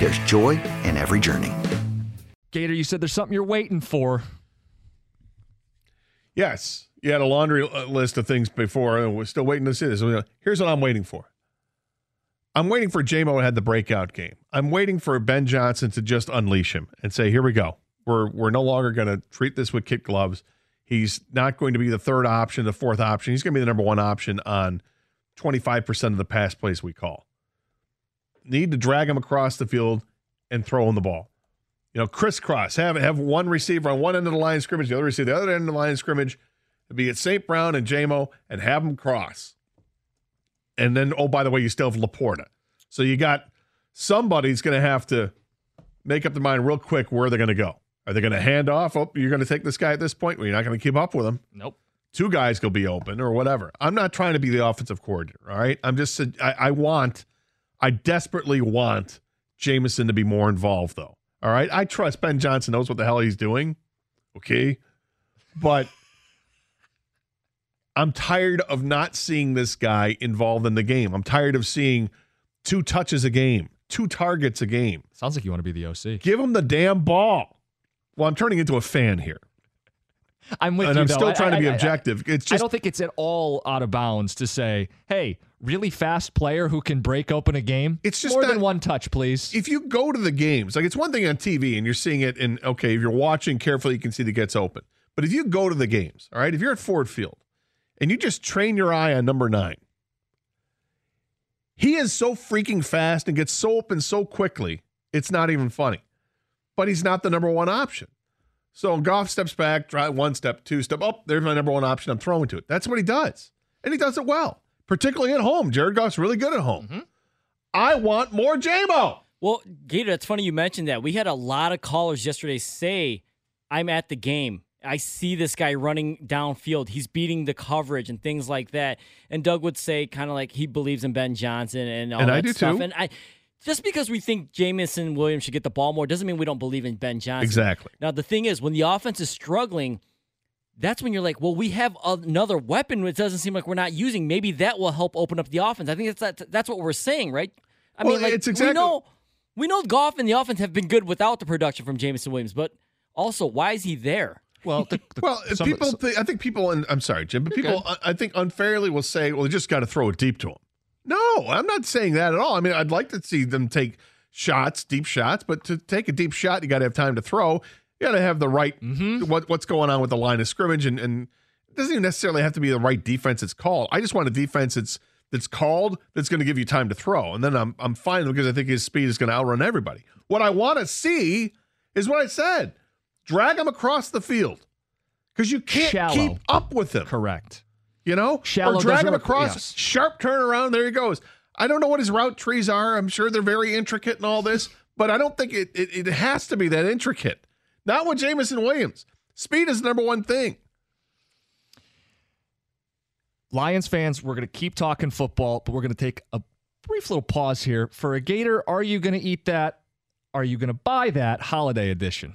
there's joy in every journey. Gator, you said there's something you're waiting for. Yes. You had a laundry uh, list of things before, and we're still waiting to see this. Here's what I'm waiting for. I'm waiting for JMO had the breakout game. I'm waiting for Ben Johnson to just unleash him and say, here we go we're we're no longer going to treat this with kid gloves. He's not going to be the third option, the fourth option. He's going to be the number one option on 25% of the pass plays we call. Need to drag him across the field and throw him the ball. You know, crisscross, have have one receiver on one end of the line of scrimmage, the other receiver, the other end of the line of scrimmage, It'd be at St. Brown and JMO, and have them cross. And then, oh, by the way, you still have Laporta. So you got somebody's going to have to make up their mind real quick where they're going to go. Are they going to hand off? Oh, you're going to take this guy at this point. Well, you're not going to keep up with him. Nope. Two guys will be open or whatever. I'm not trying to be the offensive coordinator. All right. I'm just, I, I want, I desperately want Jamison to be more involved, though. All right. I trust Ben Johnson knows what the hell he's doing. Okay. But I'm tired of not seeing this guy involved in the game. I'm tired of seeing two touches a game, two targets a game. Sounds like you want to be the OC. Give him the damn ball. Well, I'm turning into a fan here. I'm with and you. I'm though. still I- trying to be I- I- objective. It's I just don't think it's at all out of bounds to say, "Hey, really fast player who can break open a game." It's just more not- than one touch, please. if you go to the games, like it's one thing on TV and you're seeing it, and okay, if you're watching carefully, you can see that it gets open. But if you go to the games, all right, if you're at Ford Field and you just train your eye on number nine, he is so freaking fast and gets so open so quickly, it's not even funny. But he's not the number one option. So Goff steps back, try one step, two step. Oh, there's my number one option. I'm throwing to it. That's what he does. And he does it well, particularly at home. Jared Goff's really good at home. I want more JMO. Well, Gator, that's funny you mentioned that. We had a lot of callers yesterday say, I'm at the game. I see this guy running downfield. He's beating the coverage and things like that. And Doug would say, kind of like he believes in Ben Johnson and all And that I do stuff. too. And I, just because we think Jamison Williams should get the ball more doesn't mean we don't believe in Ben Johnson. Exactly. Now the thing is, when the offense is struggling, that's when you're like, well, we have another weapon. It doesn't seem like we're not using. Maybe that will help open up the offense. I think that's that's what we're saying, right? I Well, mean, like, it's exactly- we know we know golf and the offense have been good without the production from Jameson Williams, but also why is he there? well, the, the- Well, if some- people, some- thi- I think people, and I'm sorry, Jim, but people, I, I think unfairly will say, well, they just got to throw it deep to him. No, I'm not saying that at all. I mean, I'd like to see them take shots, deep shots, but to take a deep shot, you got to have time to throw. You got to have the right what what's going on with the line of scrimmage, and and it doesn't even necessarily have to be the right defense it's called. I just want a defense that's that's called that's going to give you time to throw, and then I'm I'm fine because I think his speed is going to outrun everybody. What I want to see is what I said: drag him across the field because you can't Shallow. keep up with him. correct. You know, Shallow or drag doesn't him requ- across, yes. sharp turnaround. There he goes. I don't know what his route trees are. I'm sure they're very intricate and all this, but I don't think it it, it has to be that intricate. Not with Jamison Williams. Speed is the number one thing. Lions fans, we're going to keep talking football, but we're going to take a brief little pause here for a Gator. Are you going to eat that? are you going to buy that holiday edition?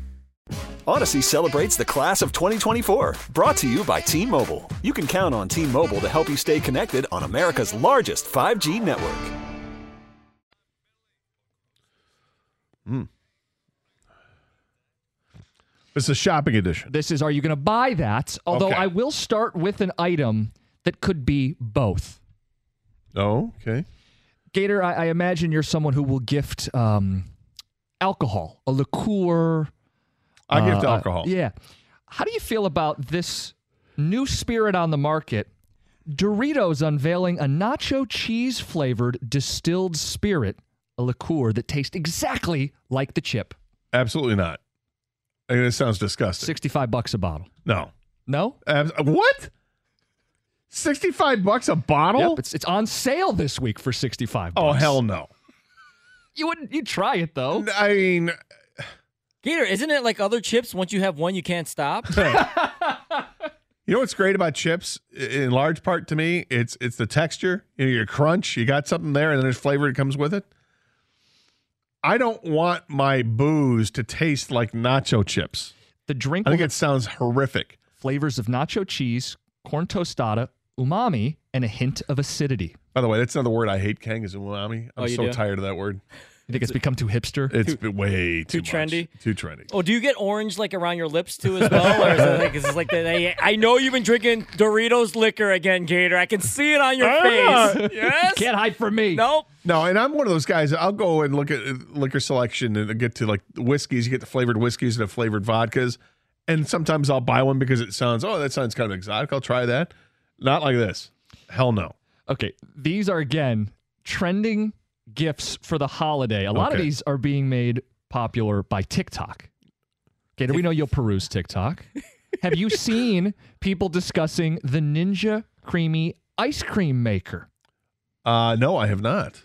Odyssey celebrates the class of 2024. Brought to you by T Mobile. You can count on T Mobile to help you stay connected on America's largest 5G network. It's a shopping edition. This is are you going to buy that? Although Okay. I will start with an item that could be both. Oh, okay. Gator, I, I imagine you're someone who will gift um, alcohol, a liqueur. I uh, gift uh, alcohol. yeah. How do you feel about this new spirit on the market? Doritos unveiling a nacho cheese flavored distilled spirit, a liqueur that tastes exactly like the chip. Absolutely not. I mean, it sounds disgusting. 65 bucks a bottle. no. No? Abs- what? 65 bucks a bottle? Yep, it's, it's on sale this week for 65 oh, bucks. Oh. hell no. You wouldn't you try it though. I mean, Gator, isn't it like other chips? Once you have one, you can't stop. You know what's great about chips, i- in large part to me, it's it's the texture, you know, your crunch. You got something there, and then there's flavor that comes with it. I don't want my booze to taste like nacho chips. The drink I will think it sounds horrific. flavors of nacho cheese, corn tostada, umami, and a hint of acidity. By the way, that's another word I hate. Kang is umami. I'm Oh, you so do? tired of that word. You think it's become too hipster? It's been way too, too trendy? much. Too trendy. Oh, do you get orange like around your lips too as well? Or is it like, is it like that? Hey, I know you've been drinking Doritos liquor again, Gator. I can see it on your face. yes. Can't hide from me. Nope. No, and I'm one of those guys. I'll go and look at uh, liquor selection and get to like whiskeys. You get the flavored whiskeys and the flavored vodkas, and sometimes I'll buy one because it sounds oh that sounds kind of exotic. I'll try that. Not like this. Hell no. Okay, these are again trending gifts for the holiday. A lot of Okay. these are being made popular by TikTok. Gator, we know you'll peruse TikTok. Have you seen people discussing the Ninja Creamy ice cream maker? Uh, no, I have not.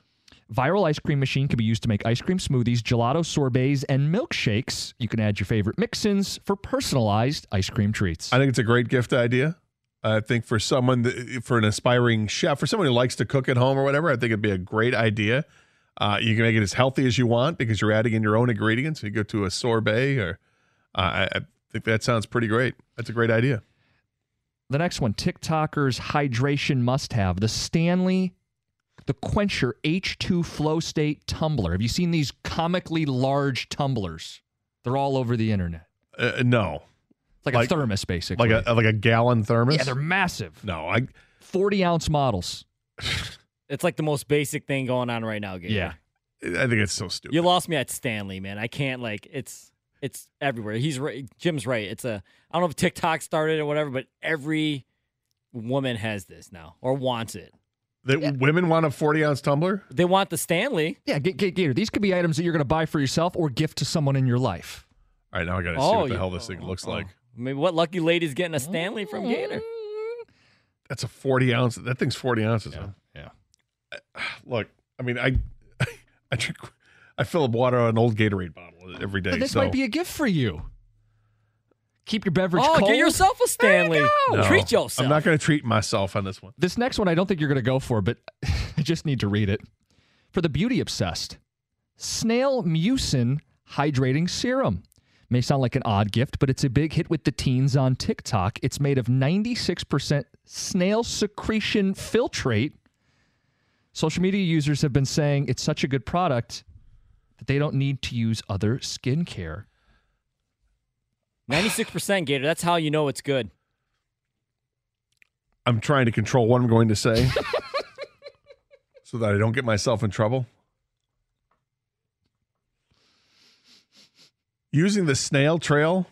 Viral ice cream machine can be used to make ice cream smoothies, gelato sorbets, and milkshakes. You can add your favorite mix-ins for personalized ice cream treats. I think it's a great gift idea. I think for someone that, for an aspiring chef, for someone who likes to cook at home or whatever, I think it'd be a great idea. Uh, you can make it as healthy as you want because you're adding in your own ingredients. You go to a sorbet, or uh, I, I think that sounds pretty great. That's a great idea. The next one, TikTokers hydration must have the Stanley, the Quencher H2 Flow State tumbler. Have you seen these comically large tumblers? They're all over the internet. Uh, no, It's like, Like- a thermos, basically. like a like a gallon thermos. yeah, they're massive. no, I Forty ounce models. It's like the most basic thing going on right now, Gator. Yeah. I think it's so stupid. You lost me at Stanley, man. I can't like it's it's everywhere. He's right. Jim's right. It's a I don't know if TikTok started or whatever, but every woman has this now or wants it. that women want a forty ounce tumbler. They want the Stanley. Yeah, G- G- Gator. These could be items that you're going to buy for yourself or gift to someone in your life. All right, now I gotta see Oh, what the you- hell this thing looks like. Maybe what lucky lady's getting a Stanley Mm. from Gator? That's a forty ounce. That thing's forty ounces. huh? Yeah. Look, I mean, I I drink, I fill up water on an old Gatorade bottle every day. But this so might be a gift for you. Keep your beverage oh, cold. get yourself a Stanley. No, Treat yourself. I'm not gonna treat myself on this one. This next one I don't think you're going to go for, but I just need to read it. For the beauty obsessed, snail mucin hydrating serum. May sound like an odd gift, but it's a big hit with the teens on TikTok. It's made of 96% snail secretion filtrate Social media users have been saying it's such a good product that they don't need to use other skincare. 96% Gator. That's how you know it's good. I'm trying to control what I'm going to say so that I don't get myself in trouble. Using the snail trail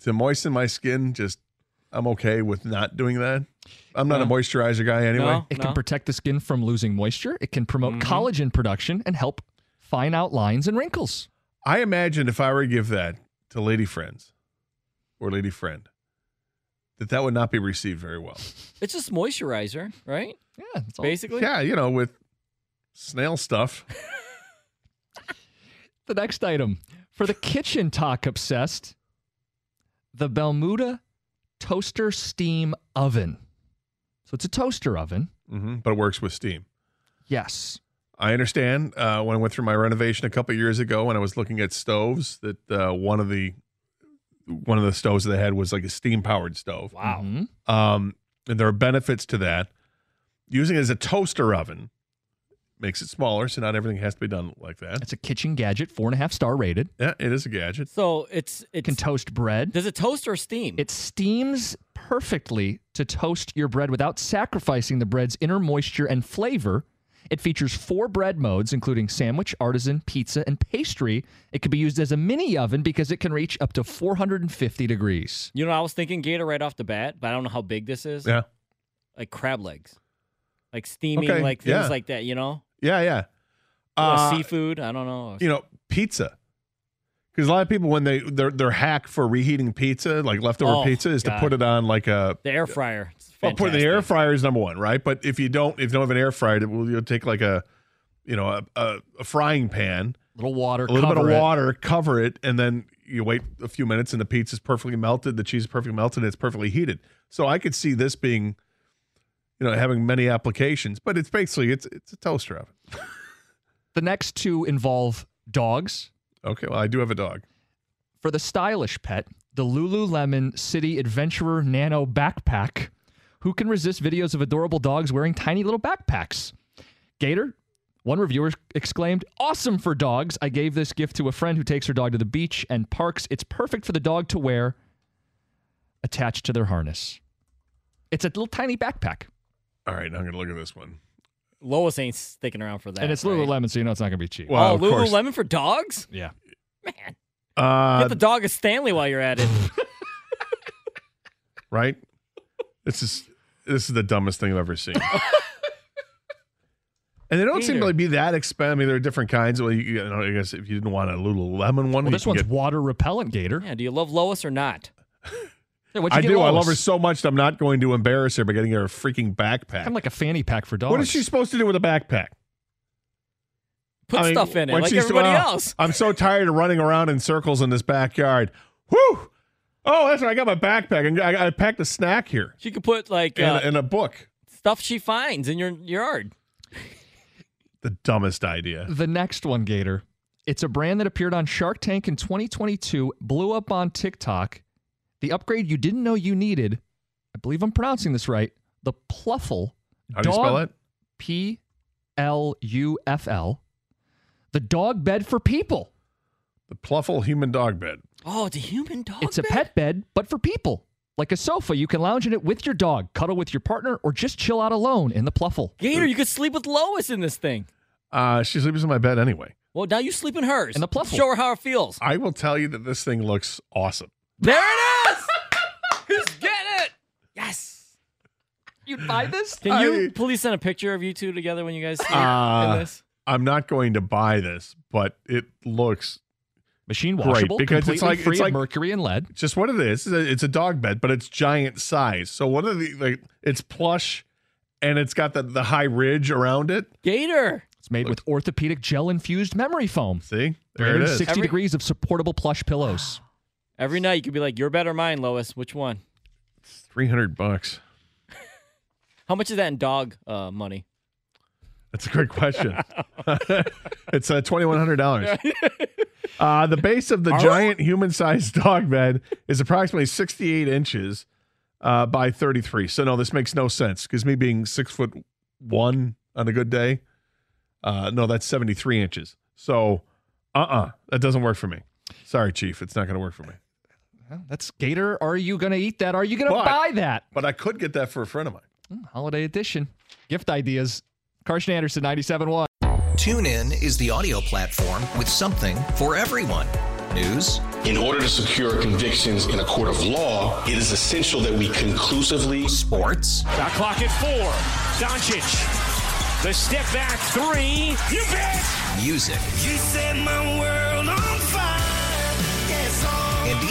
to moisten my skin, just I'm okay with not doing that. I'm not a moisturizer guy anyway. No. Mm-hmm. It can protect the skin from losing moisture. It can promote collagen production and help fine out lines and wrinkles. I imagine if I were to give that to lady friends or lady friend, that that would not be received very well. It's just moisturizer, right? Yeah, that's all. Basically. Yeah, you know, with snail stuff. The next item for the kitchen talk obsessed, the Belmuda toaster steam oven. So it's a toaster oven. hmm but it works with steam. Yes. I understand. Uh, when I went through my renovation a couple of years ago, when I was looking at stoves, that uh, one of the one of the stoves that I had was like a steam powered stove. Wow. Mhm. Um, and there are benefits to that. Using it as a toaster oven makes it smaller, so not everything has to be done like that. It's a kitchen gadget, four and a half star rated. Yeah, it is a gadget. So it's it's Can toast bread. does it toast or steam? It steams perfectly to toast your bread without sacrificing the bread's inner moisture and flavor. It features four bread modes, including sandwich, artisan, pizza, and pastry. It can be used as a mini oven because it can reach up to 450 degrees. you know, I was thinking Gator right off the bat, but I don't know how big this is. Yeah, Like crab legs, like steaming, Okay, like things yeah. like that. You know, yeah, yeah. Or Uh, seafood. I don't know. you know, pizza. Because a lot of people, when they their their hack for reheating pizza, like leftover Oh, pizza, is God. to put it on like a the air fryer. It's well, Oh, put it in the air fantastic. fryer is number one, right? But if you don't if you don't have an air fryer, it will you'll take like a you know a, a, a frying pan, little water, a little bit of cover it. water, cover it, and then you wait a few minutes, and the pizza's perfectly melted, the cheese is perfectly melted, and it's perfectly heated. So I could see this being, you know, having many applications. But it's basically it's it's a toaster oven. The next two involve dogs. Okay, well I do have a dog. For the stylish pet, the Lululemon City Adventurer Nano Backpack. Who can resist videos of adorable dogs wearing tiny little backpacks? Gator, one reviewer exclaimed, Awesome for dogs. I gave this gift to a friend who takes her dog to the beach and parks. It's perfect for the dog to wear attached to their harness. It's a little tiny backpack, All right, now I'm gonna look at this one. Lois ain't sticking around for that. and it's right? Lululemon, so you know it's not going to be cheap. Well, oh, Uh, of course. Lululemon for dogs? yeah. Man, Uh, get the dog a Stanley while you're at it. right? This is this is the dumbest thing I've ever seen. and they don't seem to Neither. like be that expensive. I mean, there are different kinds. Well, you, you know, I guess if you didn't want a Lululemon one, Well, you this can one's get- water repellent, Gator. yeah, do you love Lois or not? Hey, what'd you I get do. I Lois? love her so much. that I'm not going to embarrass her by getting her a freaking backpack. Kind of like a fanny pack for dogs. what is she supposed to do with a backpack? Put I mean, stuff in it when like she's- everybody well, else. I'm so tired of running around in circles in this backyard. Whew! Oh, that's right. I got my backpack. and I, I packed a snack here She could put like and, uh, and a book. stuff she finds in your yard. The dumbest idea. The next one, Gator. It's a brand that appeared on Shark Tank in 2022, blew up on TikTok. The upgrade you didn't know you needed. I believe I'm pronouncing this right. The Pluffle. How do you spell it? P L U F L. The dog bed for people. The Pluffle Human Dog Bed. Oh, it's a human dog. it's a bed? pet bed, but for people. Like a sofa, you can lounge in it with your dog, cuddle with your partner, or just chill out alone in the Pluffle. Gator, you could sleep with Lois in this thing. Uh, she sleeps in my bed anyway. Well, now you sleep in hers. And the pluffle. Show her how it feels. I will tell you that this thing looks awesome. There it is. Who's getting it? Yes. You'd buy this? Can I- you please send a picture of you two together when you guys sleep Uh, in this? I'm not going to buy this, but it looks Machine Great, washable, because completely it's like- free it's of like- mercury and lead. just what it is. It's a, it's a dog bed, but it's giant size. So one of the like, it's plush, and it's got the the high ridge around it. Gator. It's made with orthopedic gel infused memory foam. See, there it is. 60 Every- degrees of supportable plush pillows. Every night you could be like, "You're better mine, Lois. Which one? Three hundred bucks. How much is that in dog uh, money? That's a great question. it's uh, twenty one hundred dollars. Uh, the base of the giant human sized dog bed is approximately sixty eight inches uh, by thirty three. So no, this makes no sense because me being six foot one on a good day. Uh, no, that's 73 inches. So, uh uh that doesn't work for me. Sorry, Chief. It's not going to work for me. Well, that's Gator. Are you going to eat that? Are you going to But- buy that? But I could get that for a friend of mine. Holiday edition. Gift ideas. Carson Anderson, 97.1. TuneIn is the audio platform with something for everyone. News, In order to secure convictions in a court of law, it is essential that we conclusively sports, The clock at four. Doncic. The step back three. You bet. music, You set my world on fire. Yes, all. and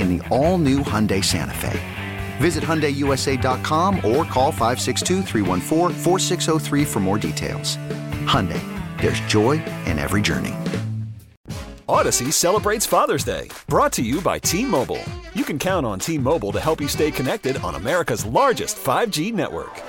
in the all new Hyundai Santa Fe. Visit HyundaiUSA.com or call 562-314-4603 for more details. Hyundai, there's joy in every journey. Odyssey celebrates Father's Day, brought to you by T Mobile. You can count on T Mobile to help you stay connected on America's largest 5G network.